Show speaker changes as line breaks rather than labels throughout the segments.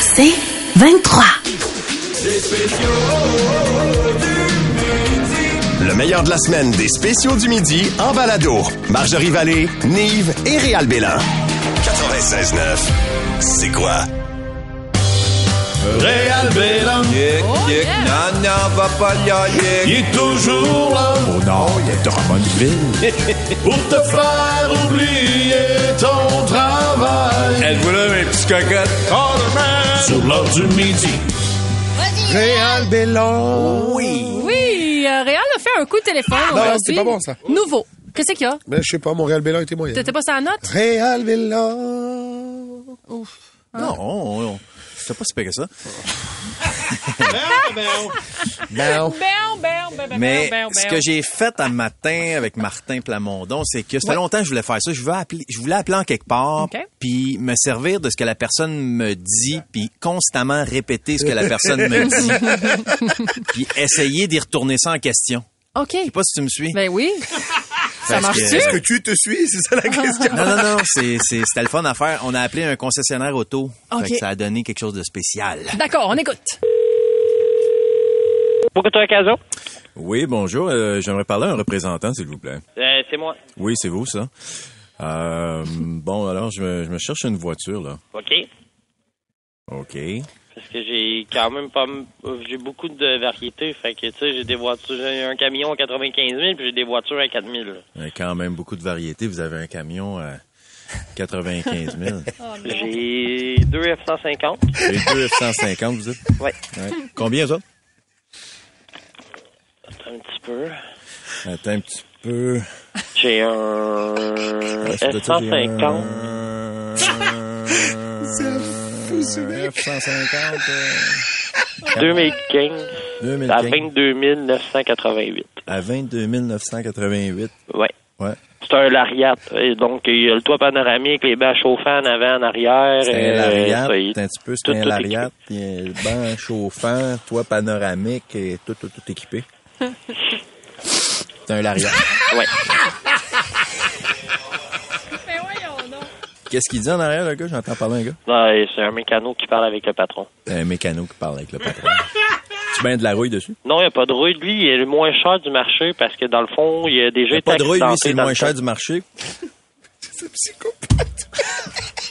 C'est 23.
Le meilleur de la semaine des spéciaux du midi en balado. Marjorie Vallée, Nive et Réal Bélan. 96.9, c'est quoi?
Réal Bélan,
Yik, yik, non, non, va pas là,
il
yik.
est toujours là
Au nord de Drummondville.
pour te faire oublier ton travail.
Êtes-vous là, mes petits cocottes?
Eh. Sur l'heure du midi.
Réal Bellon. Oui.
Oui, euh, Réal a fait un coup de téléphone aujourd'hui.
c'est pas bon, ça.
Nouveau. Qu'est-ce qu'il y a?
Ben, je sais pas, Montréal Bellon était moyen.
T'étais pas sur la note?
Réal Bellon.
Ah.
Non, on- on- c'est pas si pire que ça.
Non.
Béon, béon, béon, béon,
Mais
béon,
ce
béon.
que j'ai fait un matin avec Martin Plamondon, c'est que ça fait longtemps que je voulais faire ça. Je voulais appeler, je voulais appeler en quelque part,
OK.
puis me servir de ce que la personne me dit, puis constamment répéter ce que la personne me dit, puis essayer d'y retourner ça en question.
OK.
Je sais pas si tu me suis.
Ben oui. ça
Parce que-
marche-tu?
Est-ce
Que tu te suis, c'est ça la question.
Non, non, non, c'est- c'est- c'était le fun à faire. On a appelé un concessionnaire auto. Fait
OK.
que ça a donné quelque chose de spécial.
D'accord, on écoute.
Boucoutoua Caso.
Oui, bonjour. euh, J'aimerais parler à un représentant, s'il vous plaît.
Euh, c'est moi.
Oui, c'est vous, ça. Euh, bon, alors, je me, je me cherche une voiture, là.
OK.
OK.
Parce que j'ai quand même pas. m- J'ai beaucoup de variétés. Fait que, tu sais, j'ai des voitures. J'ai un camion à 95 000 puis j'ai des voitures à 4 000. là.
Il y a quand même beaucoup de variétés. Vous avez un camion à 95 000.
J'ai deux F-150.
Et deux F-150, vous dites?
Ouais.
Ouais. Combien, ça?
Attends un petit peu.
Attends un petit peu.
J'ai un F-150.
C'est F-150. euh,
2015 à
2015.
22 988.
À 22 988.
Ouais.
Ouais.
C'est un Lariat. Et donc, il y a le toit panoramique, les bas chauffants en avant, en arrière.
C'est
euh,
un lariat,
ça, il-
c'est un petit peu, c'est
tout-
un
tout
lariat, puis un banc chauffant, toit panoramique, et tout, tout, tout équipé. C'est un lariat.
Ouais.
Qu'est-ce qu'il dit en arrière, le gars? J'entends parler un gars.
Ouais, c'est un mécano qui parle avec le patron.
Un mécano qui parle avec le patron. tu mets de la rouille dessus?
Non, il n'y a pas de rouille. Lui, il est le moins cher du marché parce que dans le fond, il a déjà
Il y a
été
pas de rouille, lui,
accidenté
c'est le
dans
moins
le
cher
temps.
du marché.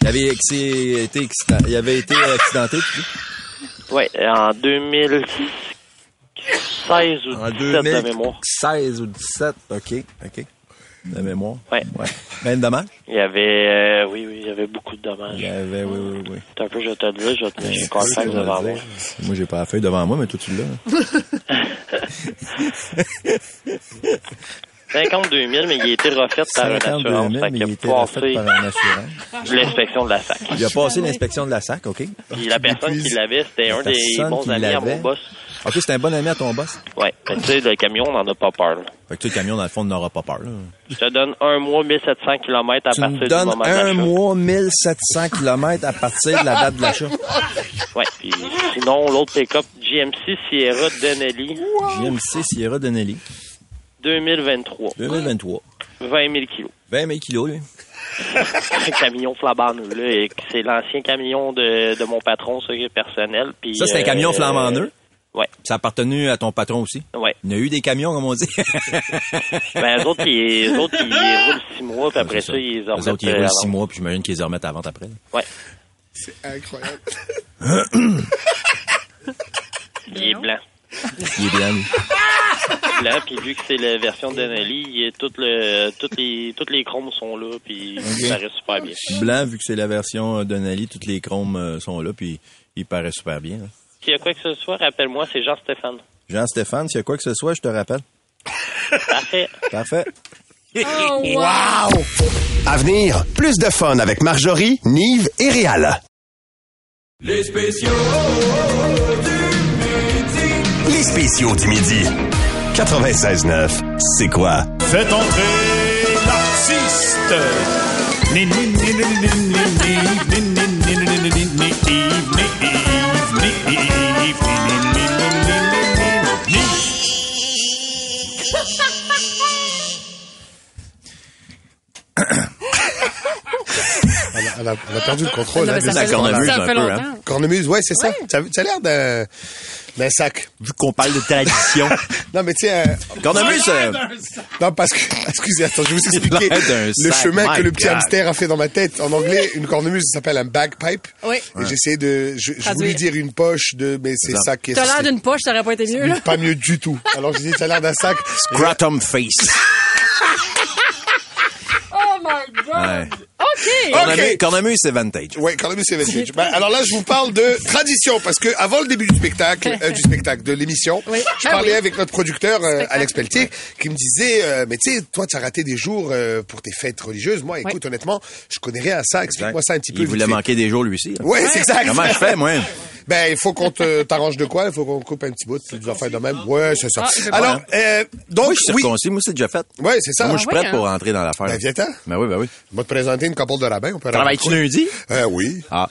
Il avait, exi- été excitant- il avait été accidenté, tu dis?
Ouais, en 2016 ou
En
2017 de mémoire.
2016 ou 17. OK, OK. De mémoire.
Ouais.
Ben, dommage.
Il y avait, euh, oui, oui, il y avait beaucoup de
Il
dommages.
y avait, oui, oui, oui.
C'est un peu, je te le dis, je vais te mettre une
Qu'est-ce
contact
qu'on va
devant moi.
dire? Moi, j'ai pas la feuille devant moi, mais toi, tu l'as.
52 000, mais il a été refait par un
52
assurance.
000, mais
Fait qu'il
il
a
était refait
passé
par Ah, un assurant.
l'inspection de la SAC.
Il a passé l'inspection de la SAC, OK.
Puis la personne qui l'avait, c'était
La
un des
personne
bons
qui
amis à
l'avait.
mon boss.
OK, c'est un bon ami à ton boss.
Ouais, mais tu sais, le camion, on n'en a pas peur. là.
Fait que toi, le camion, dans le fond, n'aura pas peur. Là.
Je te donne un mois, 1700 km à
Tu
partir
me
du
donnes
moment de l'achat.
un mois 1700 km à partir de la date de l'achat.
Ouais, puis sinon, l'autre pick-up, GMC Sierra Denali,
JMC Sierra Donnelly,
2023.
2023.
20 000 kilos.
20 000 kilos, lui.
Un camion flambant neuf, là. et C'est l'ancien camion de, de mon patron, ça, qui est personnel. Puis,
Ça, c'est un camion
euh,
flambant neuf.
Ouais,
Ça a appartenu à ton patron aussi.
ouais.
Il y a eu des camions, comme on dit.
Ben, eux autres, ils, eux autres, ils roulent six mois, puis après ça, ils les
Ah, Eux autres,
remettent.
ils
euh,
roulent
à
six
vendre.
mois, puis j'imagine qu'ils les remettent à la vente après. là.
Ouais.
Incroyable.
Il est blanc.
Il est bien, lui.
Blanc, puis vu que c'est la version Denali, il est tout le, toutes les, toutes les chromes sont là, puis ça reste super bien.
Blanc, vu que c'est la version euh, Donnelly, toutes les chromes euh, sont là, puis il paraît super bien. là.
S'il y a quoi que ce soit, rappelle-moi, c'est Jean-Stéphane.
Jean-Stéphane, s'il y a quoi que ce soit, je te rappelle.
Parfait.
Parfait.
Oh, wow.
À venir, plus de fun avec Marjorie, Nive et Réal. Les spéciaux du midi. 96.9, c'est quoi?
Faites entrer l'artiste. Ni, ni, ni, ni, ni, ni, ni, ni, ni, ni, ni, ni, ni, ni, Yves, ni, Yves, ni, Yves, ni, Yves, ni, ni, ni, ni, ni, ni, ni, ni.
On a- on a- on a perdu perdu le
Non,
contrôle.
mais
hein,
ça,
de
la
fait,
ça.
cornemuse
ça
un
fait
peu,
longtemps.
hein.
Cornemuse, ouais, c'est ça. ça. Ça a l'air d'un d'un sac.
Vu qu'on parle de tradition.
Non, mais tu sais, euh,
Cornemuse, euh,
non, parce que, excusez, attends, je vais vous expliquer
l'air d'un
le
sac,
chemin
my
que le petit
God.
hamster a fait dans ma tête. En anglais, une cornemuse, ça s'appelle un bagpipe.
Oui.
Et j'essayais de, je, je voulais
Traduire.
dire une poche de, mais c'est
ça.
ça qui est.
T'as l'air d'une poche, t'aurais pas été mieux, là.
Pas mieux du tout. Alors je disais, t'as l'air d'un sac.
Scrotum Face.
Oh my God!
Ouais.
OK!
Cornemuse, Cornemuse, c'est Vantage.
Ouais, Cornemuse et Vintage. Ben, alors là, je vous parle de tradition parce que avant le début du spectacle, euh, du spectacle, de l'émission,
Oui.
je
Ah
parlais
oui.
avec notre producteur euh,
Spectacle.
Alex Pelletier qui me disait, euh, mais tu sais, toi, tu as raté des jours euh, pour tes fêtes religieuses. Moi, écoute, honnêtement, je connais rien à ça. Explique-moi ça un petit peu.
Il
vite
voulait
fait.
manquer des jours, lui aussi. là.
Ouais, c'est exact.
Comment je fais, moi?
Ben, il faut qu'on te- t'arrange de quoi Il faut qu'on coupe un petit bout, tu dois faire de même. Ouais, c'est ça.
Ah, il fait pas.
Alors, euh, donc,
Moi, je suis
oui,
circoncis. Moi, c'est déjà fait.
ouais, c'est ça.
Moi, je suis
Ah ouais,
prête
hein?
pour entrer dans l'affaire.
Ben, viens-t'en.
Ben oui, ben oui.
Je vais te présenter une couple de rabbins. On peut
Travailles-tu
raconter.
lundi?
Euh, oui.
Ah.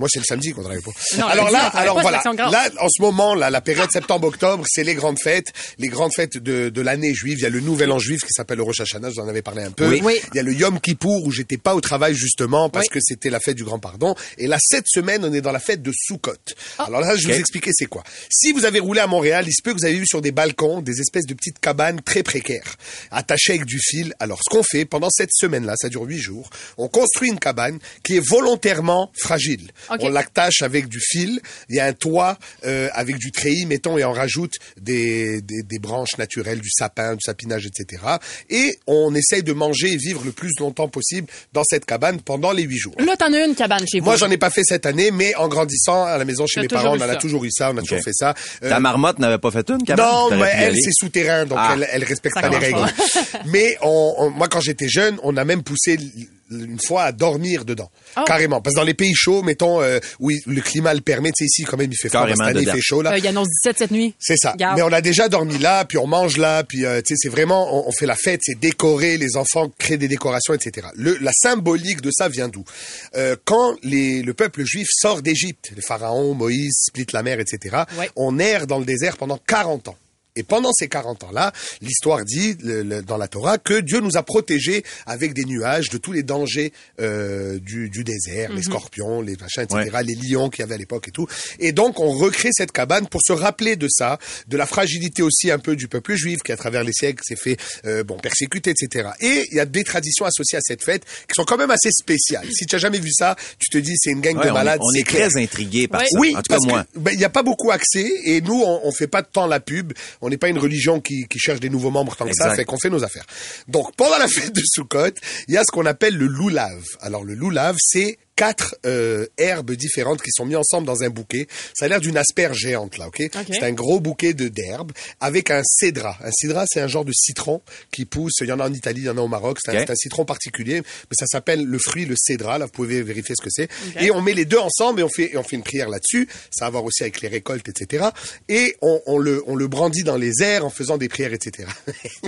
Moi, c'est le samedi qu'on travaille pas.
Non,
alors
lundi, on
là,
travaille
alors
pas,
voilà.
c'est l'action
Là,
grave.
en ce moment, là, la période septembre-octobre, c'est les grandes fêtes, les grandes fêtes de, de l'année juive. Il y a le Nouvel An juif qui s'appelle le Rosh Hashanah, je vous en avais parlé un peu.
Oui. Oui.
Il y a le Yom Kippour où j'étais pas au travail justement parce
Oui.
que c'était la fête du Grand Pardon. Et là, cette semaine, on est dans la fête de Soukot.
Ah.
Alors là, je vais vous expliquer c'est quoi. Si vous avez roulé à Montréal, il se peut que vous avez vu sur des balcons des espèces de petites cabanes très précaires, attachées avec du fil. Alors, ce qu'on fait pendant cette semaine-là, ça dure huit jours, on construit une cabane qui est volontairement fragile.
Ok.
On l'attache avec du fil. Il y a un toit euh, avec du treillis, mettons, et on rajoute des, des, des branches naturelles, du sapin, du sapinage, etc. Et on essaye de manger et vivre le plus longtemps possible dans cette cabane pendant les huit jours.
Là, t'en as une cabane chez vous.
Moi, j'en ai pas fait cette année, mais en grandissant à la maison chez
T'as
mes
toujours
parents,
eu
on en a
ça.
toujours eu ça, on a toujours fait ça. Euh,
Ta marmotte n'avait pas fait une, quand
non,
même? T'aurais
mais
pu y
elle,
aller.
c'est souterrain, donc
Ah.
elle, elle respecte
Ça
pas les
marche
règles. mais on, on- moi, quand j'étais jeune, on a même poussé l- une fois à dormir dedans,
Oh.
carrément. Parce que dans les pays chauds, mettons, euh, où il- le climat le permet, tu sais, ici, quand même, il fait froid,
Carrément
cette année, il
dedans.
fait chaud, là.
Euh, il annonce 17 cette nuit.
C'est ça.
Garde.
Mais on a déjà dormi là, puis on mange là, puis euh, tu sais, c'est vraiment, on, on fait la fête, c'est décoré, les enfants créent des décorations, etc. Le, la symbolique de ça vient d'où Euh, Quand les, le peuple juif sort d'Égypte, les pharaons, Moïse, split la mer, etc.,
Ouais.
on erre dans le désert pendant 40 ans. Et pendant ces 40 ans-là, l'histoire dit le- le- dans la Torah que Dieu nous a protégés avec des nuages de tous les dangers euh, du, du désert,
Mhm.
les scorpions, les machins, etc., les lions qu'il y avait à l'époque et tout. Et donc, on recrée cette cabane pour se rappeler de ça, de la fragilité aussi un peu du peuple juif qui, à travers les siècles, s'est fait euh, bon persécuter, etc. Et il y a des traditions associées à cette fête qui sont quand même assez spéciales. Si tu as jamais vu ça, tu te dis c'est une gang
Ouais,
de
on est-
malades.
on
c'est
est
clair.
très intrigué par
Oui.
ça.
Oui,
en tout cas,
parce
moi.
que, ben, il n'y a pas beaucoup accès et nous, on, on fait pas tant la pub. On n'est pas une religion qui, qui cherche des nouveaux membres tant que ça,
Exact.
fait qu'on fait nos affaires. Donc, pendant la fête de Sukkot, il y a ce qu'on appelle le loulav. Alors, le loulav, c'est quatre euh, herbes différentes qui sont mises ensemble dans un bouquet. Ça a l'air d'une asperge géante, là, ok
Ok.
C'est un gros bouquet de d'herbes avec un cédra. Un cédra, c'est un genre de citron qui pousse. Il y en a en Italie, il y en a au Maroc. C'est un-
Ok.
c'est un citron particulier, mais ça s'appelle le fruit, le cédra. Là, vous pouvez vérifier ce que c'est. Et on met les deux ensemble et on fait, et on fait une prière là-dessus. Ça a à voir aussi avec les récoltes, etc. Et on, on le, on le brandit dans les airs en faisant des prières, etc.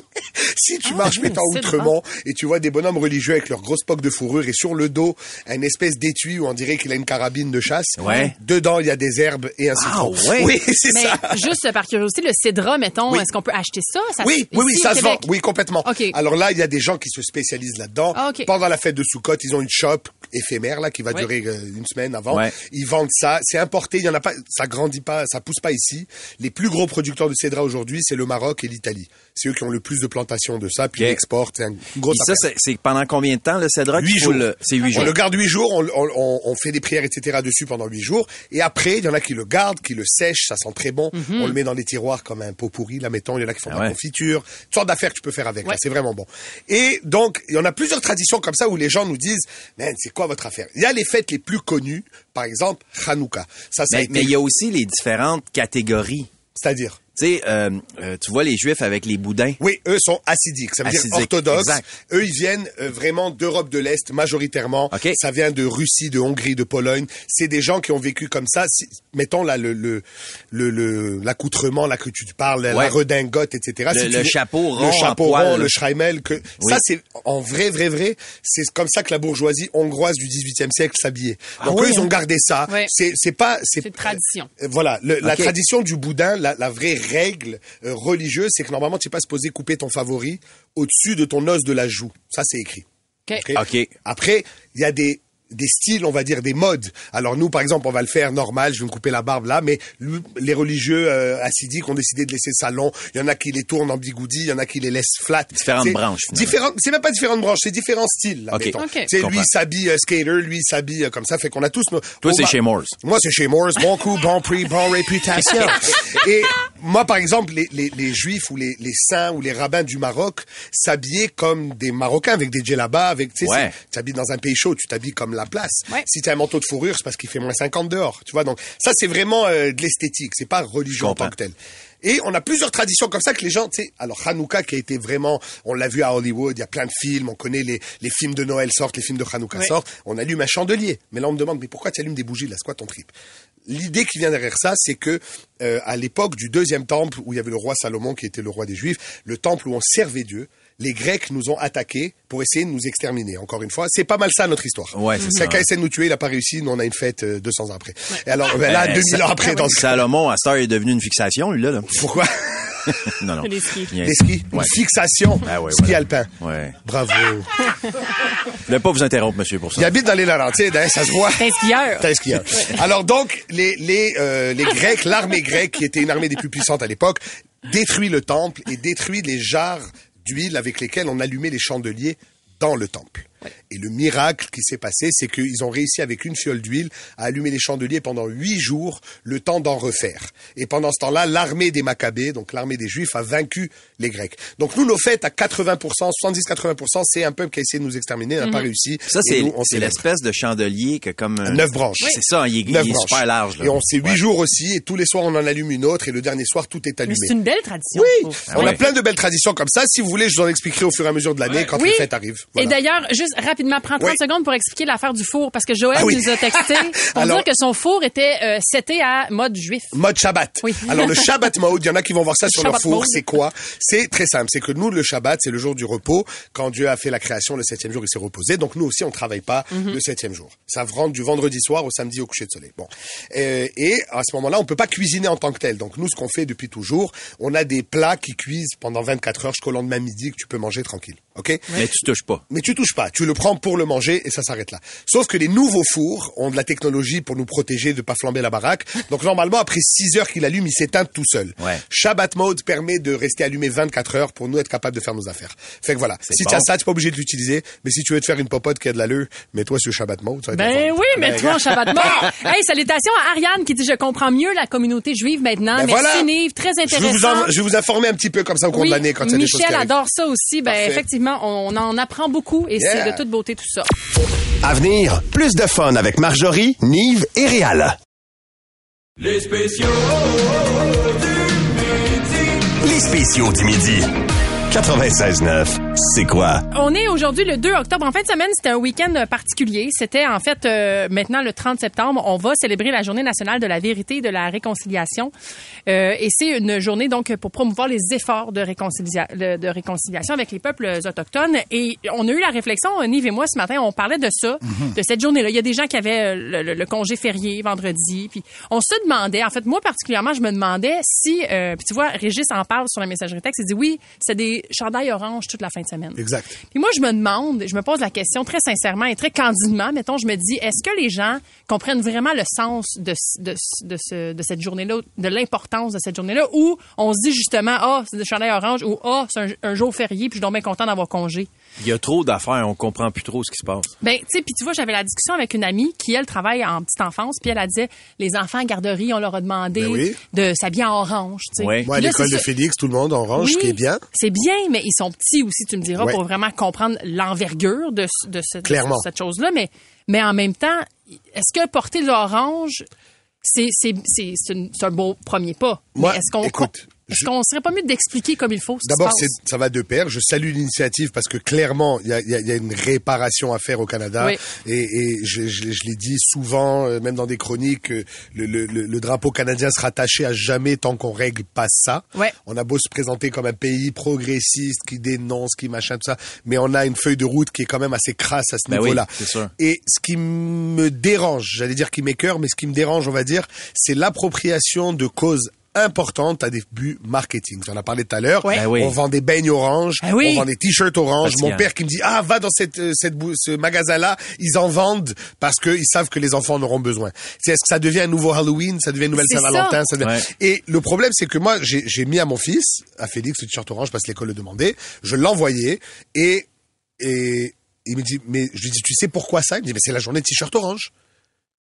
si tu marches,
hum,
mettons,
cédra.
outrement, et tu vois des bonhommes religieux avec leur grosse poque de fourrure et sur le dos, un espèce d'étui où on dirait qu'il a une carabine de chasse.
Ouais. Ah
Dedans, il y a des herbes et un citron.
ouais.
Oui, c'est
Mais
ça.
juste euh, par curiosité, le cédra, mettons,
Oui.
est-ce qu'on peut acheter ça? Ça
Oui,
se-
oui, oui,
ici,
ça
au
se vend.
Québec?
Oui, complètement.
OK.
Alors là, il y a des gens qui se spécialisent là-dedans.
Ah, OK.
Pendant la fête de Soukot, ils ont une shop éphémère là qui va
Oui.
durer euh, une semaine avant.
Ouais.
Ils vendent ça. C'est importé. Il y en a pas. Ça grandit pas. Ça pousse pas ici. Les plus gros producteurs de cédra aujourd'hui, c'est le Maroc et l'Italie. C'est eux qui ont le plus de plantations de ça. Puis
OK.
ils l'exportent. C'est une
Puis
grosse
ça,
affaire.
c'est c'est pendant combien de temps, le Cédroc?
Huit
Il faut
jours.
le- C'est huit
Ah, On
jours.
le garde huit jours, on, on- on- on fait des prières, etc. dessus pendant huit jours. Et après, il y en a qui le gardent, qui le sèchent, ça sent très bon. On le met dans les tiroirs comme un pot pourri, là, mettons. Il y en a qui font
Mhm. Ah
de la
ouais.
confiture. Toutes sortes d'affaires que tu peux faire avec, là.
Ouais.
C'est vraiment bon. Et donc, il y en a plusieurs traditions comme ça où les gens nous disent, man, c'est quoi votre affaire? Il y a les fêtes les plus connues. Par exemple, Hanouka. Ça, ça a
Mais
été-
mais il y a aussi les différentes catégories.
C'est-à-dire?
Tu sais, euh, euh, tu vois les Juifs avec les boudins.
Oui, eux sont assidiques, ça veut
Assidiques,
dire orthodoxes.
Hein? exact.
Eux, ils viennent euh, vraiment d'Europe de l'Est majoritairement.
Ok.
Ça vient de Russie, de Hongrie, de Pologne. C'est des gens qui ont vécu comme ça. Si- mettons là le le le- le- l'accoutrement, là que tu parles, la
Ouais.
redingote, etc.
Le-
tu
le
veux-
chapeau rond
le
en
chapeau
poil,
rond,
là.
le schreimel. Que ça, c'est en vrai, vrai, vrai. C'est comme ça que la bourgeoisie hongroise du 18e siècle s'habillait. Donc eux,
Ah ouais, hein.
ils ont gardé ça.
Ouais.
C'est c'est pas c'est
C'est une tradition.
euh, Voilà, le- la
Ok.
tradition du boudin, la, la vraie règle euh, religieuse, c'est que normalement, tu n'es pas supposé couper ton favori au-dessus de ton os de la joue. Ça, c'est écrit.
OK.
Eh. OK.
Après, il y a des des styles, on va dire, des modes. Alors nous, par exemple, on va le faire normal, je vais me couper la barbe là, mais lui- les religieux euh, assidiques ont décidé de laisser ça long. Il y en a qui les tournent en bigoudi, il y en a qui les laissent flat.
Différentes
C'est-
branches, finalement.
Différentes, c'est même pas différentes branches, c'est différents styles. Là,
Ok.
mettons.
Ok.
Tu
Je
sais, lui
comprends.
il s'habille euh, skater, lui il s'habille euh, comme ça, fait qu'on a tous nos.
Toi,
on
c'est
va-
chez Morse.
moi, c'est chez Morse. Bon coup, bon prix, bon réputation. Et moi, par exemple, les, les, les juifs ou les, les saints ou les rabbins du Maroc s'habillaient comme des Marocains avec des djellabas, avec, tu sais,
Ouais.
c'est- tu t'habilles dans un pays chaud, tu t'habilles comme la place.
Ouais.
Si t'as un manteau de fourrure, c'est parce qu'il fait moins 50 dehors. Tu vois, donc ça, c'est vraiment euh, de l'esthétique. C'est pas religion en
comprends.
tant que telle. Et on a plusieurs traditions comme ça que les gens, tu sais, alors Hanouka qui a été vraiment, on l'a vu à Hollywood, il y a plein de films, on connaît les, les films de Noël sortent, les films de Hanouka
Ouais.
sortent, on allume un chandelier. Mais là, on me demande, mais pourquoi tu allumes des bougies, là, c'est quoi ton trip L'idée qui vient derrière ça, c'est que euh, à l'époque du deuxième temple, où il y avait le roi Salomon qui était le roi des Juifs, le temple où on servait Dieu, les Grecs nous ont attaqués pour essayer de nous exterminer. Encore une fois, c'est pas mal ça notre histoire. Mmh.
Ouais, c'est ça, hein.
Quelqu'un
ouais.
essaie de nous tuer, il a pas réussi, nous on a une fête euh, 200 ans après. Et alors, ben là,
Eh,
2000
Sa-
ans après, dans ce cas,
Salomon, à cette heure, est devenu une fixation, lui, là. là.
pourquoi
non, non.
Les skis.
Il y a-
Les skis,
Ouais.
une fixation,
Ah ouais,
ski
voilà.
alpin.
Ouais.
Bravo.
Je voulais pas vous interrompre, monsieur, pour
Il
ça.
habite dans les Laurentides, hein, ça se voit.
T'es un skieur.
T'as un skieur. Alors donc, les, les, euh, les Grecs, l'armée grecque, qui était une armée des plus puissantes à l'époque, détruit le temple et détruit les jarres d'huile avec lesquelles on allumait les chandeliers dans le temple. Et le miracle qui s'est passé, c'est qu'ils ont réussi avec une fiole d'huile à allumer les chandeliers pendant huit jours, le temps d'en refaire. Et pendant ce temps-là, l'armée des Maccabées, donc l'armée des Juifs, a vaincu les Grecs. Donc nous, nos fêtes à 80%, 70-80%, c'est un peuple qui a essayé de nous exterminer, n'a pas réussi.
Ça,
Et
c'est
nous, on
c'est
célèbre.
l'espèce de chandelier que comme... euh,
Neuf branches.
C'est ça, il est, il
Neuf
est
branches.
super large. Là.
Et on c'est huit
Ouais.
jours aussi, et tous les soirs on en allume une autre, et le dernier soir tout est
Mais
allumé.
c'est une belle tradition. je
Oui,
trouve.
Ah
on a
ouais.
plein de belles traditions comme ça. Si vous voulez, je vous en expliquerai au fur et à mesure de l'année quand
Oui.
les fêtes arrivent. Voilà.
Et d'ailleurs, juste rapidement, prends 30
Oui.
secondes pour expliquer l'affaire du four, parce que Joël
Ah oui.
nous a texté pour
Alors-
dire que son four était euh, seté à mode juif.
Mode Shabbat.
Oui.
Alors le Shabbat mode, il y en a qui vont voir ça sur leur
Shabbat
four,
mode.
c'est quoi C'est très simple, c'est que nous le Shabbat, c'est le jour du repos. Quand Dieu a fait la création, le septième jour, il s'est reposé. Donc nous aussi, on travaille pas
Mhm.
le septième jour. Ça rentre du vendredi soir au samedi au coucher de soleil. Bon, Euh, et à ce moment-là, on peut pas cuisiner en tant que tel. Donc nous, ce qu'on fait depuis toujours, on a des plats qui cuisent pendant 24 heures jusqu'au lendemain midi que tu peux manger tranquille. Ok
Mais tu touches pas.
mais tu touches pas, tu le prends pour le manger et ça s'arrête là. Sauf que les nouveaux fours ont de la technologie pour nous protéger de pas flamber la baraque. Donc normalement après 6 heures qu'il allume, il s'éteint tout seul.
Ouais.
Shabbat mode permet de rester allumé 24 heures pour nous être capable de faire nos affaires. Fait que voilà, si
bon.
tu as ça, tu pas obligé de l'utiliser, mais si tu veux te faire une popote qui a de l'allure, mets-toi sur Shabbat mode, ça va être la
Ben
forme.
oui, mais
Ben,
toi, en Shabbat mort. hey, salutations à Ariane qui dit Je comprends mieux la communauté juive maintenant.
Ben
Merci,
voilà.
Nive. Très
je vais,
intéressant.
vous en- je vais vous informer un petit peu comme ça au cours
Oui,
de l'année quand il y a des choses qui
Michel
arrivent.
adore ça aussi. Ben,
Parfait.
effectivement, on en apprend beaucoup et
Yeah.
c'est de toute beauté tout ça.
À venir, plus de fun avec Marjorie, Nive et Réal. Les spéciaux du midi. Les spéciaux du midi. 96.9, c'est quoi?
On est aujourd'hui le 2 octobre. En fin de semaine, c'était un week-end euh, particulier. C'était en fait euh, maintenant le 30 septembre. On va célébrer la Journée nationale de la vérité et de la réconciliation. Euh, et c'est une journée donc pour promouvoir les efforts de, réconcilia- le- de réconciliation avec les peuples autochtones. Et on a eu la réflexion, euh, Nive et moi, ce matin, on parlait de ça, de cette journée-là. Il y a des gens qui avaient euh, le, le- le congé férié vendredi. Puis on se demandait, en fait, moi particulièrement, je me demandais si, euh, puis tu vois, Régis en parle sur la messagerie texte. Il dit oui, c'est des chandails orange toute la fin de semaine.
Exact.
Puis moi, je me demande, je me pose la question très sincèrement et très candidement, mettons, je me dis, est-ce que les gens comprennent vraiment le sens de, ce- de, ce- de, ce- de cette journée-là, de l'importance de cette journée-là, ou on se dit justement, ah, c'est des chandail orange, ou ah, c'est un, un jour férié, puis je suis donc bien content d'avoir congé.
Il y a trop d'affaires, on comprend plus trop ce qui se passe.
Ben, tu sais, puis tu vois, j'avais la discussion avec une amie qui, elle, travaille en petite enfance, puis elle a dit, les enfants à garderie, on leur a demandé
Ben oui.
de s'habiller en orange, tu sais.
Ouais.
Moi, à
Puis là,
l'école
c'est
de
ça-
Félix, tout le monde en orange, ce
oui,
qui est bien.
C'est bien, mais ils sont petits aussi, tu me diras,
Ouais.
pour vraiment comprendre l'envergure de, ce- de, ce- de
Clairement.
cette chose-là. Mais, mais en même temps, est-ce que porter l'orange, c'est c'est- c'est- c'est une- c'est un beau premier pas? Mais
Moi,
est-ce qu'on
écoute,
est-ce
je-
qu'on serait pas mieux d'expliquer comme il faut ce qui se
D'abord,
passe?
c'est- ça va de pair. Je salue l'initiative parce que clairement, il y a, il y a- il y a une réparation à faire au Canada.
Oui.
Et, et je, je- je l'ai dit souvent, euh, même dans des chroniques, euh, le, le- le- le drapeau canadien sera attaché à jamais tant qu'on règle pas ça.
Ouais.
On a beau se présenter comme un pays progressiste qui dénonce, qui machin, tout ça, mais on a une feuille de route qui est quand même assez crasse à ce
Ben oui,
niveau-là.
c'est sûr.
Et ce qui me dérange, j'allais dire qui m'écoeure, mais ce qui me dérange, on va dire, c'est l'appropriation de causes importante à des buts marketing. On en a parlé tout à l'heure.
Ouais.
Ben oui.
On vend des beignes oranges.
Ah oui.
On vend des t-shirts orange.
Fatigant.
Mon père qui me dit, ah, va dans cette, euh, cette, bou- ce magasin-là. Ils en vendent parce qu'ils savent que les enfants en auront besoin. C'est, est-ce que ça devient un nouveau Halloween? Ça devient une nouvelle
C'est
Saint-Valentin? ça devient-
Ouais.
Et le problème, c'est que moi, j'ai, j'ai mis à mon fils, à Félix, le t-shirt orange parce que l'école le demandait. Je l'envoyais et, et, il me dit, mais je lui dis, tu sais pourquoi ça? Il me dit, mais c'est la journée de t-shirt orange.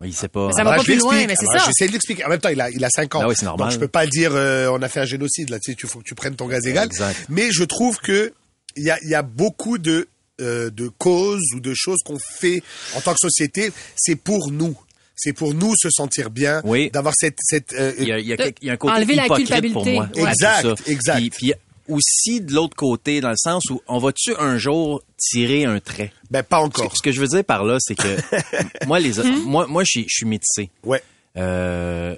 Oui, c'est pas.
Mais ça va
Ah,
pas
je
plus loin,
l'explique.
mais c'est
Ah, bah,
ça.
J'essaie de l'expliquer. En même temps, il a, il a 5 ans.
Ah oui, c'est normal.
Donc, je peux pas dire, euh, on a fait un génocide, là, tu sais, tu faut que tu prennes ton gaz égal.
Exact.
Mais je trouve que il y a, il y a beaucoup de, euh, de causes ou de choses qu'on fait en tant que société. C'est pour nous. C'est pour nous se sentir bien.
Oui.
D'avoir cette, cette, euh,
Il y a, il y a quelque- il y a un côté
Enlever la
hypocrite pour
culpabilité.
moi.
Ouais.
Exact,
tout ça.
exact.
Puis, puis aussi de l'autre côté, dans le sens où on va-tu un jour tirer un trait?
ben, pas
Ce que,
encore.
ce que je veux dire par là, c'est que moi, les,
Hmm?
moi, moi, je suis- je suis métissé.
Ouais.
Euh,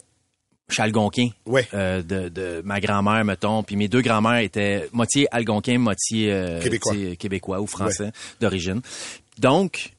je suis algonquin.
Ouais.
Euh, de, de ma grand-mère, mettons. Puis mes deux grand-mères étaient moitié algonquin, moitié euh,
Québécois.
tu sais, québécois ou français d'origine. Donc,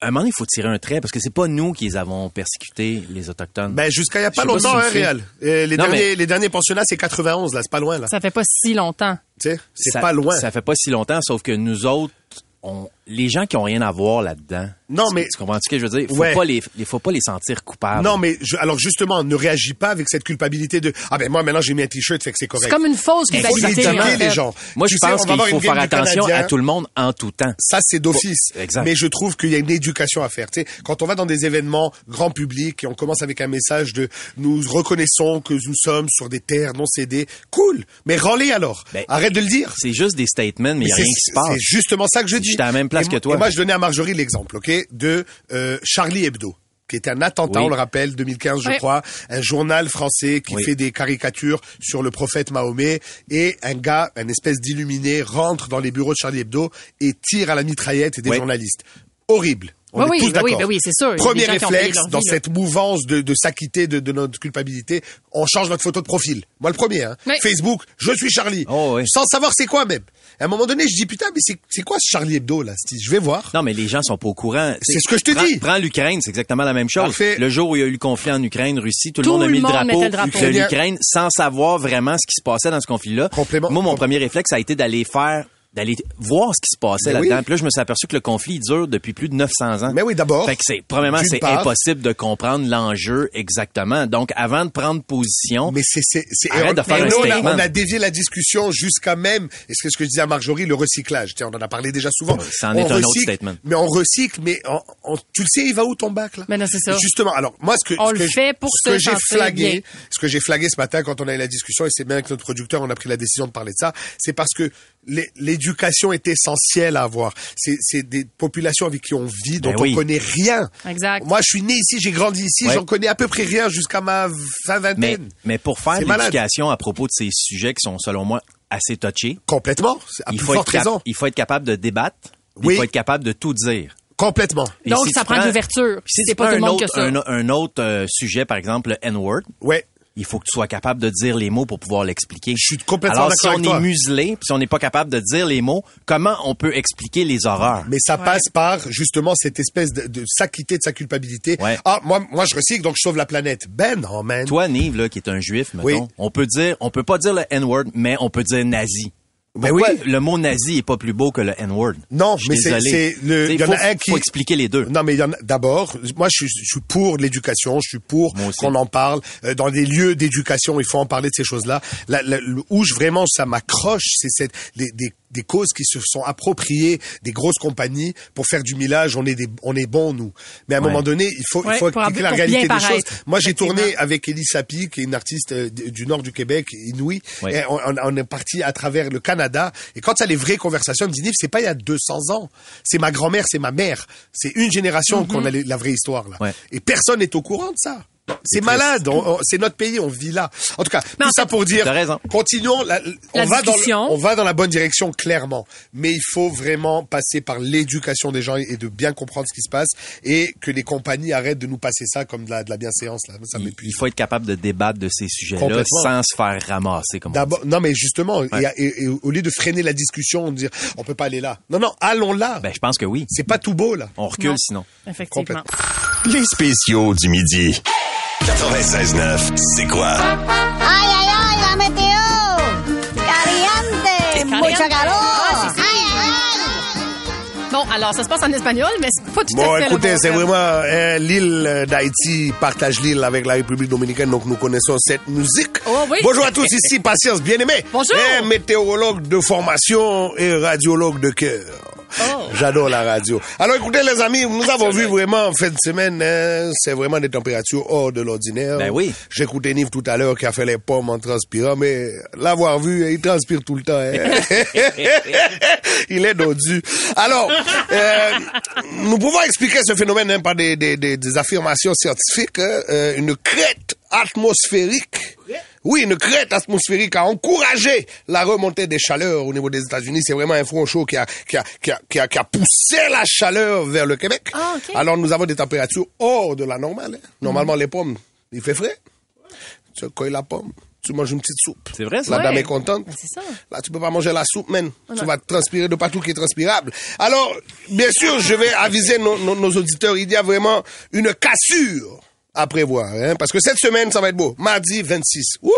à un moment donné, il faut tirer un trait parce que c'est pas nous qui les avons persécutés, les Autochtones.
Ben, jusqu'à il y a pas
Je sais pas
longtemps,
si tu
hein,
le fais.
Réal. Euh, les
Non,
derniers,
mais-
les derniers pensionnats, c'est 91, là. C'est pas loin, là.
Ça fait pas si longtemps.
Tu sais, c'est
Ça-
pas loin.
Ça fait pas si longtemps, sauf que nous autres, on, les gens qui ont rien à voir là-dedans.
Non,
tu-
mais-
Tu comprends ce que je veux dire? Faut
Ouais.
pas les, les- faut pas les sentir coupables.
Non, mais je- alors justement, ne réagis pas avec cette culpabilité de ah ben moi maintenant j'ai mis un t-shirt, fait que c'est correct.
C'est comme une fausse
Il faut
culpabilité.
l'éduquer,
en fait.
les gens.
Moi,
Tu
je
sais, on
pense
va
qu'il
avoir une
faut faire
game du
attention
Canadien.
à tout le monde en tout temps.
Ça, c'est d'office.
Bon, exact.
Mais je trouve qu'il y a une éducation à faire. Tu sais, quand on va dans des événements grand public et on commence avec un message de nous reconnaissons que nous sommes sur des terres non cédées, cool. Mais rends-les alors.
Ben,
Arrête de le dire.
C'est juste des statements, mais il n'y a
Mais
rien qui
c'est-
se passe.
C'est justement ça que je dis.
J'étais à la même place
Et
que
moi-
toi.
Et moi, je donnais à Marjorie l'exemple, OK, de euh, Charlie Hebdo qui était un attentat,
Oui.
on le rappelle, 2015, je
Oui.
crois, un journal français qui
Oui.
fait des caricatures sur le prophète Mahomet, et un gars, un espèce d'illuminé, rentre dans les bureaux de Charlie Hebdo et tire à la mitraillette des
Oui.
journalistes. Horrible. On
Oui,
est
oui,
tous
ben oui,
d'accord.
ben oui, c'est sûr. Il y a
Premier
des gens qui ont payé
réflexe,
leur vie,
dans
là.
cette mouvance de, de s'acquitter de, de notre culpabilité, on change notre photo de profil. Moi, le premier. Hein.
Oui.
Facebook, je suis Charlie.
Oh, oui.
Sans savoir c'est quoi même. À un moment donné, je dis putain, mais c'est c'est quoi ce Charlie Hebdo là c'ti- Je vais voir.
Non, mais les gens sont pas au courant.
C'est ce que je te
prends-
dis.
Prends l'Ukraine, c'est exactement la même chose.
Parfait.
Le jour où il y a eu le conflit en Ukraine, Russie, tout,
Tout
le monde a
le
mis le
monde
drapeau,
mettait le drapeau.
de
Ukrainien.
l'Ukraine sans savoir vraiment ce qui se passait dans ce conflit-là.
Complément.
Moi, mon
Com-
premier réflexe, ça a été d'aller faire d'aller voir ce qui se passait
Mais
là-dedans.
Ben oui.
Puis là, je me suis aperçu que le conflit il dure depuis plus de 900 ans.
Mais oui, d'abord.
Fait que c'est, premièrement,
D'une
c'est
part.
impossible de comprendre l'enjeu exactement. Donc, avant de prendre position,
Mais c'est c'est c'est
Arrête de faire
et
un
nous, on, a,
statement.
on a dévié la discussion jusqu'à même. Et c'est ce que je disais à Marjorie, le recyclage. Tiens, on en a parlé déjà souvent.
Ça en
on
est un autre
recycle,
statement.
Mais on recycle, mais on- on- tu le sais, il va où ton bac là
Mais non, c'est ça.
Et Justement. Alors moi, ce que
On
ce
le
que je-
fait pour
ce
se
que j'ai
sentir
flagué,
bien.
ce que j'ai flagué ce matin quand on a eu la discussion, et c'est bien que notre producteur, on a pris la décision de parler de ça, c'est parce que l'é- l'éducation est essentielle à avoir. C'est c'est des populations avec qui on vit, dont
Ben
on
oui.
connaît rien.
Exact.
Moi, je suis né ici, j'ai grandi ici,
Ouais.
j'en connais à peu près rien jusqu'à ma fin
mais,
vingtaine.
mais pour faire
C'est
de
malade.
l'éducation à propos de ces sujets qui sont, selon moi, assez touchés,
Complètement. c'est À
il
plus
faut, être
forte
cap-
raison.
il faut être capable de débattre. puis
Oui.
Il faut être capable de tout dire.
Complètement.
Et
Donc,
si
ça
tu
prend de
prends-
l'ouverture.
puis Si
C'est
tu
pas
prends
tout le
un
monde que
autre,
ça.
un, un autre euh, sujet, par exemple, le N-word,
Ouais.
il faut que tu sois capable de dire les mots pour pouvoir l'expliquer.
Je suis complètement
Alors,
d'accord
si on
avec
est
toi.
muselé, puis si on n'est pas capable de dire les mots, comment on peut expliquer les horreurs?
Mais ça passe par justement cette espèce de, de s'acquitter de sa culpabilité.
Ouais.
Ah, moi, moi, je recycle, donc je sauve la planète. Ben non, man.
Toi, Nive, là, qui est un juif, mettons,
Oui.
on peut dire, on peut pas dire le N-word, mais on peut dire nazi.
Ben
Pourquoi
oui.
le mot nazi est pas plus beau que le N-word?
Non,
Je suis
mais c'est
désolé.
c'est le.
T'sais,
Il y en
faut-
a un qui.
Faut expliquer les deux.
Non, mais il y en a. D'abord, moi, je suis, je suis pour l'éducation. Je suis pour
Moi aussi.
qu'on en parle Euh, dans les lieux d'éducation. Il faut en parler de ces choses-là. La- la- le- où je vraiment ça m'accroche, c'est cette des, des des causes qui se sont appropriées des grosses compagnies pour faire du millage. On est des, on est bons nous. Mais à un
Ouais.
moment donné, il faut
Ouais,
il faut
pour
expliquer
ab-
la
pour
réalité
bien
des choses.
paraître.
Moi, j'ai
Effectivement.
tourné avec Elie Sapi, qui est une artiste euh, d- du nord du Québec, inouïe.
Ouais.
Et on, on- on est parti à travers le Canada. Et quand ça, les vraies conversations, elle me dit, Nive, c'est pas il y a 200 ans. C'est ma grand-mère, c'est ma mère. C'est une génération qu'on a les- la vraie histoire, là.
Ouais.
Et personne n'est au courant de ça. C'est malade. on- on- c'est notre pays, on vit là. En tout cas,
Mais en
tout ça
fait-
pour dire,
T'as raison.
continuons. la-
La
on, va dans le-
discussion.
on va dans la bonne direction, clairement. Mais il faut vraiment passer par l'éducation des gens et de bien comprendre ce qui se passe et que les compagnies arrêtent de nous passer ça comme de la, de la bienséance, là. Ça
Il,
m'épuise.
il faut être capable de débattre de ces sujets-là
Complètement.
sans se faire ramasser comme on dit.
D'abord, non mais justement, et, et- et au lieu de freiner la discussion, de dire on peut pas aller là. Non non, allons là.
Ben, je pense que oui.
C'est pas tout beau là.
On recule
Non.
sinon.
Effectivement.
Les spéciaux du midi. 96.9, c'est quoi?
Aïe, aïe,
Alors, ça se passe en espagnol, mais c'est pas tout
Bon,
à fait
écoutez,
le bon
c'est
terme.
vraiment euh, l'île euh, d'Haïti partage l'île avec la République dominicaine, donc nous connaissons cette musique.
Oh oui.
Bonjour à tous, ici Patience Bien-Aimé.
Bonjour.
Et météorologue de formation et radiologue de cœur.
Oh.
J'adore la radio. Alors écoutez les amis, nous avons vu vraiment en fin de semaine, hein, c'est vraiment des températures hors de l'ordinaire.
Ben oui.
J'écoutais Nive tout à l'heure qui a fait les pommes en transpirant, mais l'avoir vu, il transpire tout le temps. hein. il est dodu. Alors, euh, nous pouvons expliquer ce phénomène hein, par des, des- des- des affirmations scientifiques. hein. Euh, une crête atmosphérique. Oui, une crête atmosphérique a encouragé la remontée des chaleurs au niveau des États-Unis. C'est vraiment un front chaud qui a, qui, a, qui, a, qui a- qui a poussé la chaleur vers le Québec.
Ah, ok. Mm.
Alors, nous avons des températures hors de la normale. hein. Normalement, les pommes, il fait frais tu cueilles la pomme, tu manges une petite soupe.
C'est vrai, ça?
La
Ouais.
dame est contente.
Ben, c'est ça.
Là, tu peux pas manger la soupe, man.
non.
Tu vas transpirer de partout qui est transpirable. Alors, bien sûr, je vais aviser nos, nos- nos auditeurs, il y a vraiment une cassure à prévoir, hein, parce que cette semaine, ça va être beau. Mardi 26. Ouh!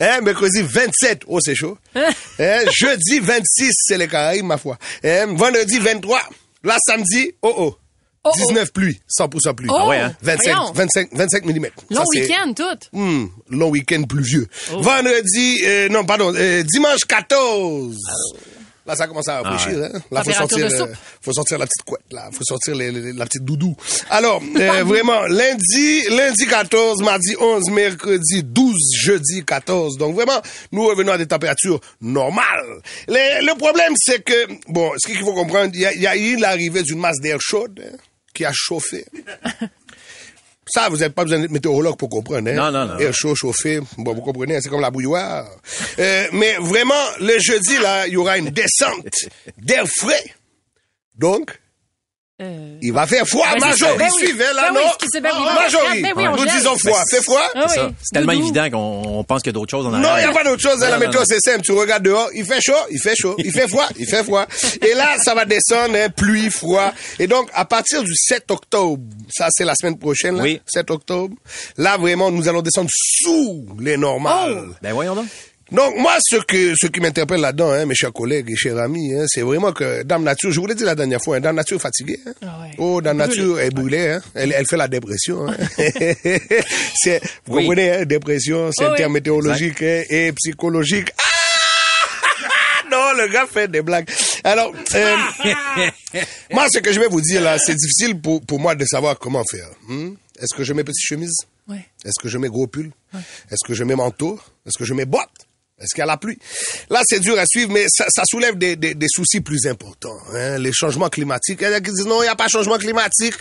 Hein, mercredi 27, oh c'est chaud.
Ah.
Hein, jeudi 26, c'est les Caraïbes, ma foi. Hein, vendredi 23, là samedi, oh oh.
Oh, oh.
19 pluies, 100% pluie.
Oh, Ah ouais, hein?
25,
voyons.
25, 25 mm.
Long week-end, tout.
Hmm, long week-end pluvieux.
Oh.
Vendredi, euh, non, pardon, euh, dimanche 14. Là, ça commence à rafraîchir. hein. Là, faut
Ah. Température
sortir,
de
euh,
soupe.
faut sortir la petite couette. Là, faut sortir les- les- la petite doudou. Alors, euh, vraiment, lundi, lundi 14, mardi 11, mercredi 12, jeudi 14. Donc vraiment, nous revenons à des températures normales. Le, le problème, c'est que, bon, ce qu'il faut comprendre, il y a, il y a eu l'arrivée d'une masse d'air chaude hein, qui a chauffé. Ça, vous n'avez pas besoin d'être météorologue pour comprendre. Hein?
Non, non, non.
Air chaud, chauffé, bon, vous comprenez, hein, c'est comme la bouilloire. Euh, mais vraiment, le jeudi, là, il y aura une descente d'air frais. Donc,
Euh,
il va faire froid.
Ben, c'est
Majorie,
ça. Ben oui.
suivez là,
Ben oui,
non?
excusez, ben oui,
Majorie,
ben oui, on
nous
gèle.
disons froid. Fait froid?
ah oui.
Ça, c'est tellement
Doudou.
évident qu'on on pense qu'il y a d'autres choses en
Non, il n'y
arrière.
a pas d'autre chose. hein,
Non,
la
non,
météo,
non.
c'est simple. Tu regardes dehors, il fait chaud, il fait chaud, il fait froid, il fait froid. Et là, ça va descendre, hein, pluie, froid. Et donc, à partir du 7 octobre, ça, c'est la semaine prochaine, là,
Oui.
7 octobre, là, vraiment, nous allons descendre sous les normales.
Ben voyons donc.
Donc, moi, ce, que, ce qui m'interpelle là-dedans, hein, mes chers collègues et chers amis, hein, c'est vraiment que Dame Nature, je vous l'ai dit la dernière fois, hein, Dame Nature est fatiguée. hein.
Ah ouais.
Oh, Dame
Brûlée.
Nature est brûlée. hein. Elle, elle fait la dépression. hein. c'est, vous
Oui.
comprenez, hein, dépression, c'est
Oh
un
oui.
terme météorologique hein, et psychologique. Ah Non, le gars fait des blagues. Alors, euh, moi, ce que je vais vous dire là, c'est difficile pour, pour moi de savoir comment faire. hmm. Est-ce que je mets petite chemise
Ouais.
est-ce que je mets gros pull? Est-ce que je mets manteau? Est-ce que je mets bottes? Est-ce qu'il y a la pluie? Là, c'est dur à suivre, mais ça, ça soulève des, des- des soucis plus importants. hein. Les changements climatiques. Il y en a qui disent non, il n'y a pas de changement climatique.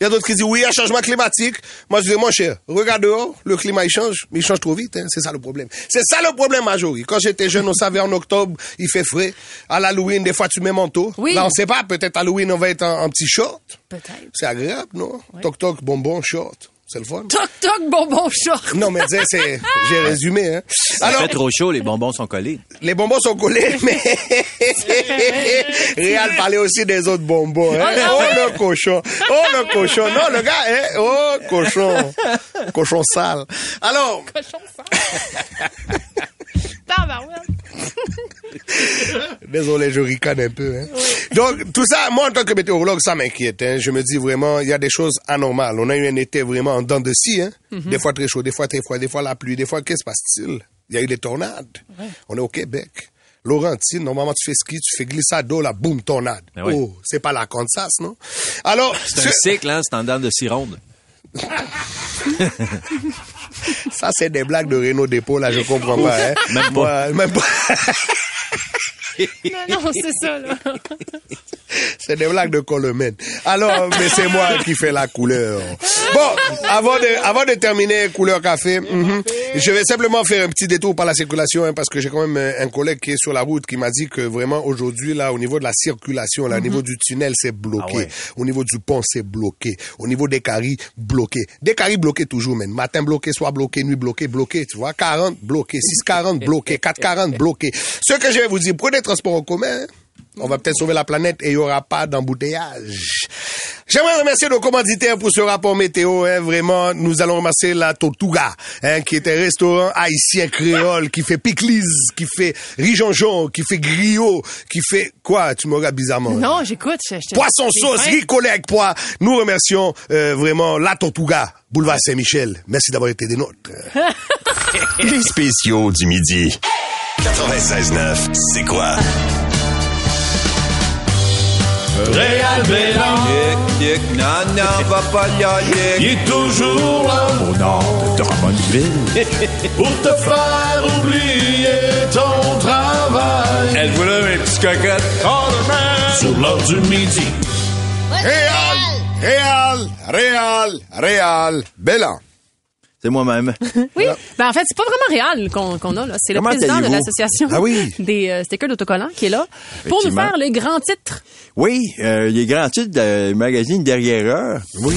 Il y a d'autres qui disent oui, il y a changement climatique. Moi, je dis, mon cher, regarde dehors, le climat, il change, mais il change trop vite. hein. C'est ça le problème. C'est ça le problème, Majori. Quand j'étais jeune, on savait en octobre, il fait frais. À l'Halloween, des fois, tu mets manteau.
Oui.
Là, on sait pas, peut-être Halloween, on va être en, en petit short.
Peut-être.
C'est agréable, non? Toc-toc, bonbon, short. C'est le fun.
Toc, toc, bonbon, short.
Non, mais dire, c'est, j'ai résumé, hein.
Il
Alors,
fait trop chaud, les bonbons sont collés.
les bonbons sont collés, mais Réal parlait aussi des autres bonbons, hein. Oh, le cochon. Oh, le cochon. Non, le gars, hein. Oh, cochon. Cochon sale. Alors,
Cochon ça. Tabarouette.
Désolé, je ricane un peu. Hein. Donc, tout ça, moi, en tant que météorologue, ça m'inquiète. Hein. Je me dis vraiment, il y a des choses anormales. On a eu un été vraiment en dents de scie. Hein. Des fois très chaud, des fois très froid, des fois la pluie, des fois, qu'est-ce qui se passe-t-il? Il y a eu des tornades. On est au Québec. Laurentine, normalement, tu fais ski, tu fais glissade d'eau, la boum, tornade.
Ben oui.
Oh, c'est pas la Kansas, non? Alors,
C'est un
ce-
cycle, hein, c'est en dents de six rondes.
ça, c'est des blagues de Renault Dépôt, là, je comprends pas. Hein.
Même pas.
Moi, même pas.
Non, non, c'est ça, là.
C'est des blagues de Colomène. Alors, euh, mais c'est moi qui fais la couleur. Bon, avant de, avant de terminer couleur café, mhm, je vais simplement faire un petit détour par la circulation hein, parce que j'ai quand même euh, un collègue qui est sur la route qui m'a dit que vraiment aujourd'hui là, au niveau de la circulation, là, au niveau du tunnel, c'est bloqué.
Mhm. Ah ouais.
Au niveau du pont, c'est bloqué. Au niveau des caries, bloqué. Des caries bloqués toujours, même. Matin bloqué, soir bloqué, nuit bloqué, bloqué, tu vois. 40 bloqué, 640 bloqué, 440 bloqué. Ce que je vais vous dire, prenez transport en commun. hein. On va peut-être sauver la planète et il n'y aura pas d'embouteillage. J'aimerais remercier nos commanditaires pour ce rapport météo. hein. vraiment, nous allons remercier la Tortuga, hein, qui est un restaurant haïtien créole, qui fait piclise, qui fait rijonjon, qui fait griot, qui fait quoi Tu me regardes bizarrement. hein.
Non, j'écoute. je- je-
Poisson
j'ai
sauce,
faim.
riz collé avec pois. Nous remercions euh, vraiment la Tortuga, boulevard Saint-Michel. Merci d'avoir été des nôtres.
Les spéciaux du midi. 96.9, c'est quoi?
Réal Bélan,
Yuck, yuck, non, non, va pas là, yuck.
il est toujours là
Au nord de Drummondville.
pour te faire oublier ton travail.
Elle voulait mes petites cocottes.
Sur l'heure du midi.
Réal, Réal, Réal, Réal, Bélan.
C'est moi-même.
Oui. Ben, en fait, c'est pas vraiment réel qu'on qu'on a, là. C'est le
Comment
président de
allez-vous?
l'association
Ah oui.
des euh, stickers d'autocollants qui est là pour nous
Effectivement.
faire le grand titre.
Oui, euh, les grands titres du magazine Derrière Heure. Oui.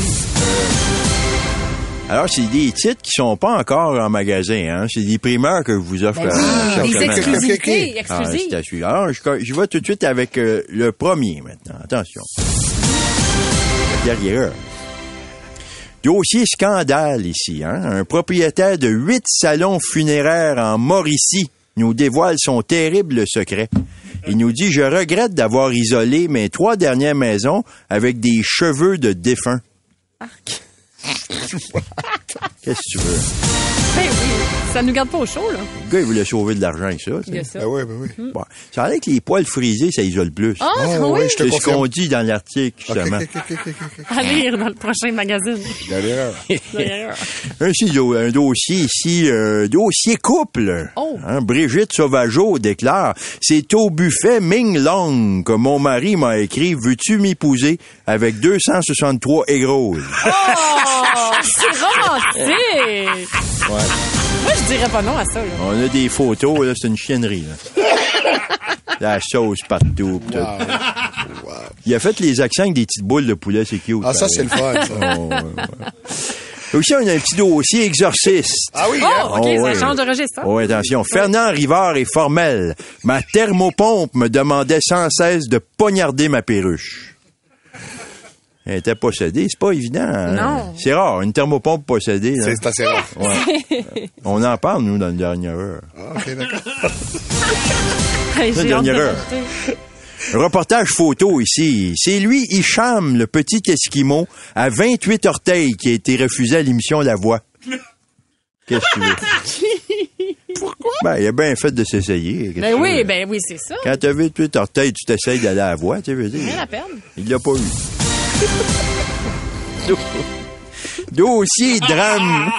Alors, c'est des titres qui sont pas encore en magasin. Hein? C'est des primeurs que je vous offre. euh, chaque
Ben Des
semaine.
exclusivités
Ah,
exclusives.
c'est à suivre. Alors, je, je vais tout de suite avec euh, le premier maintenant. Attention. Derrière eux. Dossier scandale ici. Hein? Un propriétaire de huit salons funéraires en Mauricie nous dévoile son terrible secret. Il nous dit, je regrette d'avoir isolé mes trois dernières maisons avec des cheveux de défunts. Qu'est-ce que tu veux?
Ben oui, ça nous garde pas au chaud, là.
Le gars, il voulait sauver de l'argent avec ça. tu sais.
Il y a ça.
Ben oui, ben oui.
Bon. Ça a l'air que les poils frisés, ça isole plus.
Ah,
Ah,
oui,
oui, je te
C'est ce
confirme.
qu'on dit dans l'article, justement.
à lire dans le prochain magazine.
Derrière.
un, ciseau- un dossier ici, euh, dossier couple.
Oh.
Hein, Brigitte Sauvageau déclare, c'est au buffet Ming Long que mon mari m'a écrit, veux-tu m'épouser avec 263 égroses.
Oh, c'est romantique! Moi, je dirais pas non à ça, là.
On a des photos, là, c'est une chiennerie. Là. La sauce partout. pis tout. Il a fait les accents avec des petites boules de poulet, c'est cute.
Ah, ça, c'est le fun. ça.
Aussi, on a un petit dossier exorciste.
Ah oui, hein?
Oh,
Oh,
OK, ça
ouais.
change de registre. hein?
Oui, attention. Fernand Rivard est formel. Ma thermopompe me demandait sans cesse de poignarder ma perruche. Elle était possédée, c'est pas évident. hein.
Non.
C'est rare, une thermopompe possédée. là.
c'est assez rare.
On en parle, nous, dans le dernier heure.
Ah, ok, d'accord.
Hey,
C'est
j'ai
la
hâte de
dernière heure.
rajouter.
Reportage photo ici. C'est lui, Hicham, le petit Esquimau, à 28 orteils, qui a été refusé à l'émission La Voix. Qu'est-ce que tu veux? Pourquoi? Ben, il a bien fait de s'essayer. qu'est-ce
Ben
que tu
oui,
veux?
ben oui, c'est ça.
Quand t'as 28 orteils, tu t'essayes d'aller à la voix, tu veux dire.
Rien à perdre.
Il l'a pas eu. Dossier drame.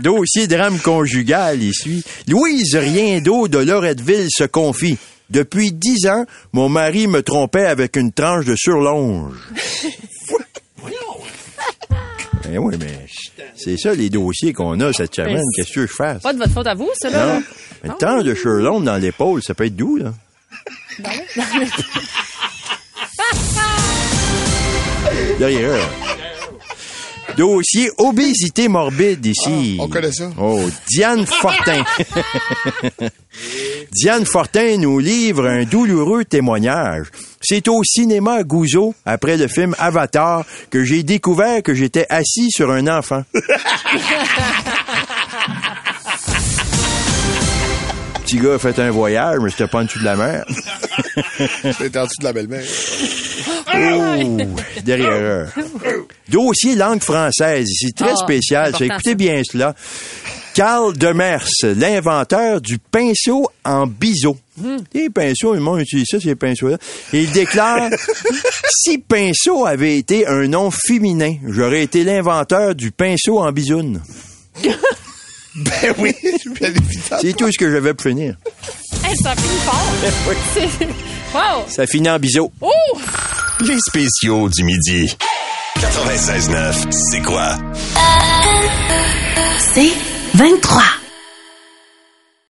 Dossier drame conjugal ici. Louise Riendo de Loretteville se confie. Depuis dix ans, mon mari me trompait avec une tranche de surlonge. Eh oui, mais c'est ça les dossiers qu'on a cette semaine. Qu'est-ce que je fasse?
Pas de votre faute à vous, ça, là.
Non. Une tranche de surlonge dans l'épaule, ça peut être doux, là. Derrière. Dossier obésité morbide ici.
Ah, on connaît ça.
Oh, Diane Fortin. Diane Fortin nous livre un douloureux témoignage. C'est au cinéma Gouzeau, après le film Avatar, que j'ai découvert que j'étais assis sur un enfant. Petit gars a fait un voyage, mais c'était pas en dessous de la mer.
C'était en dessous de la belle-mère.
Ah,
Oh, derrière. Dossier langue française ici, très
Ah,
spécial. Ça,
important, ça.
écoutez bien cela. Carl Demers, l'inventeur du pinceau en biseau.
Hmm.
Les pinceaux, le monde utilise ça, ces pinceaux-là. Il déclare, si pinceau avait été un nom féminin, j'aurais été l'inventeur du pinceau en bisoune.
Ben oui, bien évidemment.
C'est tout ce que j'avais pour finir.
Hey, ça finit fort. C'est- Wow!
Ça finit en biseau.
Oh!
Les spéciaux du midi. 96.9, c'est quoi?
C'est 23.